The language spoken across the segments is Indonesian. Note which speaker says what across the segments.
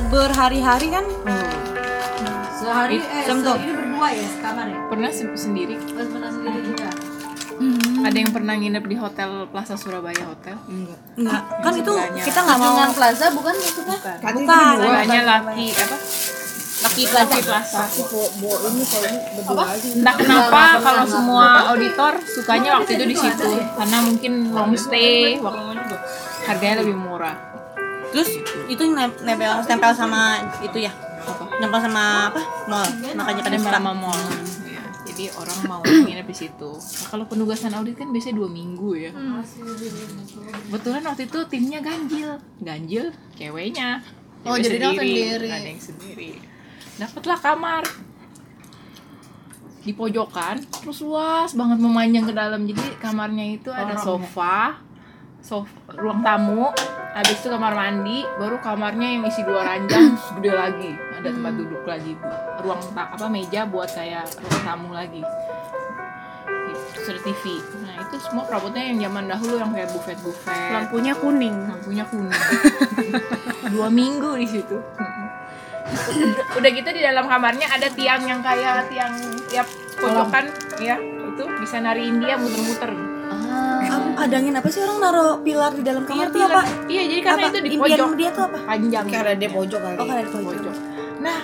Speaker 1: sehari-hari kan
Speaker 2: Sehari eh
Speaker 1: Contoh.
Speaker 2: sehari berdua ya sekamar ya.
Speaker 3: Pernah se- sendiri?
Speaker 2: Terus pernah sendiri juga.
Speaker 3: Ada yang pernah nginep di hotel Plaza Surabaya Hotel?
Speaker 1: nggak kan itu kita nggak mau
Speaker 4: Dengan plaza bukan maksudnya?
Speaker 1: bukan
Speaker 3: Banyak laki apa?
Speaker 4: Laki plaza.
Speaker 3: Laki Plaza. Entah kenapa kalau semua auditor sukanya waktu itu di situ karena mungkin long stay, waktu harganya lebih murah.
Speaker 1: terus itu ne- nempel tempel sama itu ya nempel sama apa mall makanya
Speaker 3: Ada
Speaker 1: pada suka
Speaker 3: sama mall.
Speaker 4: Iya.
Speaker 3: Ya, Jadi orang mau nginep di situ. Nah, kalau penugasan audit kan biasanya dua minggu ya.
Speaker 4: Hmm.
Speaker 3: Kebetulan waktu itu timnya ganjil, ganjil ceweknya.
Speaker 4: Oh,
Speaker 3: Cewek
Speaker 4: jadi dia sendiri.
Speaker 3: nggak ada yang sendiri. Dapatlah kamar di pojokan, terus luas banget memanjang ke dalam. Jadi kamarnya itu ada sofa, sof- ruang tamu, habis itu kamar mandi, baru kamarnya yang isi dua ranjang gede lagi. Ada tempat
Speaker 5: Hmm.
Speaker 3: duduk lagi, ruang ta- apa meja buat kayak ruang tamu lagi gitu, terus ada TV. Nah itu semua perabotnya yang zaman dahulu yang kayak buffet buffet.
Speaker 5: Lampunya kuning.
Speaker 3: Lampunya kuning. Dua minggu di situ. Udah gitu di dalam kamarnya ada tiang yang kayak tiang tiap pojokan ya itu bisa nariin dia muter-muter.
Speaker 1: Am- ada angin apa sih orang naro pilar di dalam kamar tuh
Speaker 3: Pilar.
Speaker 1: apa
Speaker 3: Iya jadi karena
Speaker 1: apa
Speaker 3: itu di
Speaker 1: impian
Speaker 3: pojok
Speaker 1: dia tuh apa
Speaker 3: panjang. Iya,
Speaker 5: Karena dia pojok kali.
Speaker 1: oh karena di pojok
Speaker 3: pojok. Nah,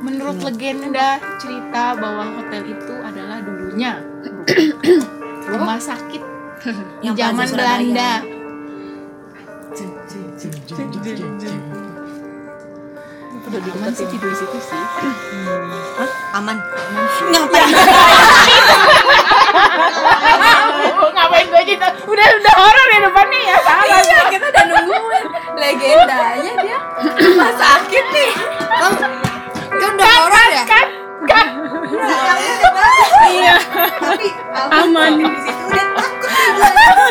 Speaker 3: menurut legenda cerita bahwa hotel itu adalah dulunya rumah sakit di
Speaker 1: Yang
Speaker 3: zaman
Speaker 1: Plaza Surabaya.
Speaker 3: Belanda. Aman sih tidur di situ sih.
Speaker 1: Hah? aman ngapain
Speaker 3: Ngapain gue gitu? Udah udah horor ya depannya ya salah.
Speaker 4: Iya, kita udah nungguin legendanya dia rumah sakit nih. Oh, itu udah orang ya?
Speaker 3: Kan kan
Speaker 4: Iya. Tapi aman di situ udah takut juga.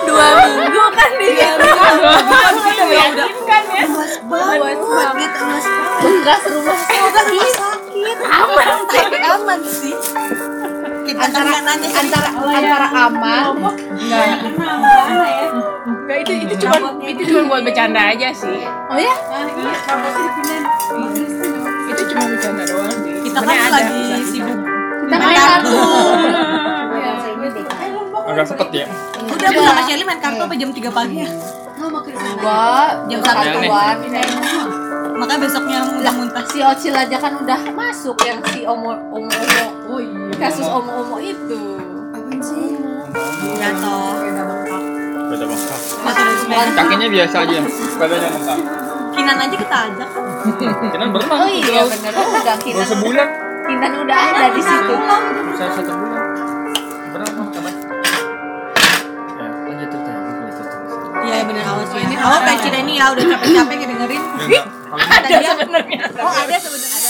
Speaker 4: Dua minggu kan gitu di situ.
Speaker 3: Aku meyakinkan kan ya.
Speaker 4: Buat banget rumah sakit. rumah
Speaker 1: sakit aman tapi aman sih antara Oh, iya. antara
Speaker 4: antara aman
Speaker 3: Enggak. Enggak itu itu cuma itu cuma buat bercanda aja sih. Ah,
Speaker 4: oh ya
Speaker 2: Nah, iya, kampusnya dipindahin. Inggris tuh.
Speaker 3: Itu cuma bercanda doang sih.
Speaker 1: kita kan lagi sibuk
Speaker 4: kita main kartu
Speaker 6: Agak sepet ya.
Speaker 1: udah aku sama Shelly main kartu apa jam 3 pagi ya
Speaker 4: gua jam satu
Speaker 6: Aneh.
Speaker 4: tuan
Speaker 1: makanya besoknya muntah-muntah
Speaker 4: si Ocil aja kan udah masuk yang si omo omo omo
Speaker 3: Oh iya.
Speaker 4: kasus omo omo itu
Speaker 1: jatuh
Speaker 6: Beda bangkak.
Speaker 1: masuk dari semen
Speaker 6: Kakinya biasa aja, badannya bengkak.
Speaker 1: kinan aja kita ajak kan
Speaker 6: Kinan berenang
Speaker 4: Hmm. oh
Speaker 6: tuh
Speaker 4: iya
Speaker 6: terus.
Speaker 4: bener oh udah
Speaker 6: Baru
Speaker 4: kinan
Speaker 6: sebulan,
Speaker 4: kinan udah ada di situ
Speaker 6: bisa satu bulan. Berenang mah kabar. Ya, lanjut cerita. lanjut cerita.
Speaker 1: iya bener awas ya awas kayak Cina ini ya udah capek-capek dengerin
Speaker 6: Ya, enggak. Kalau
Speaker 3: ada sebenarnya.
Speaker 1: oh ada sebenarnya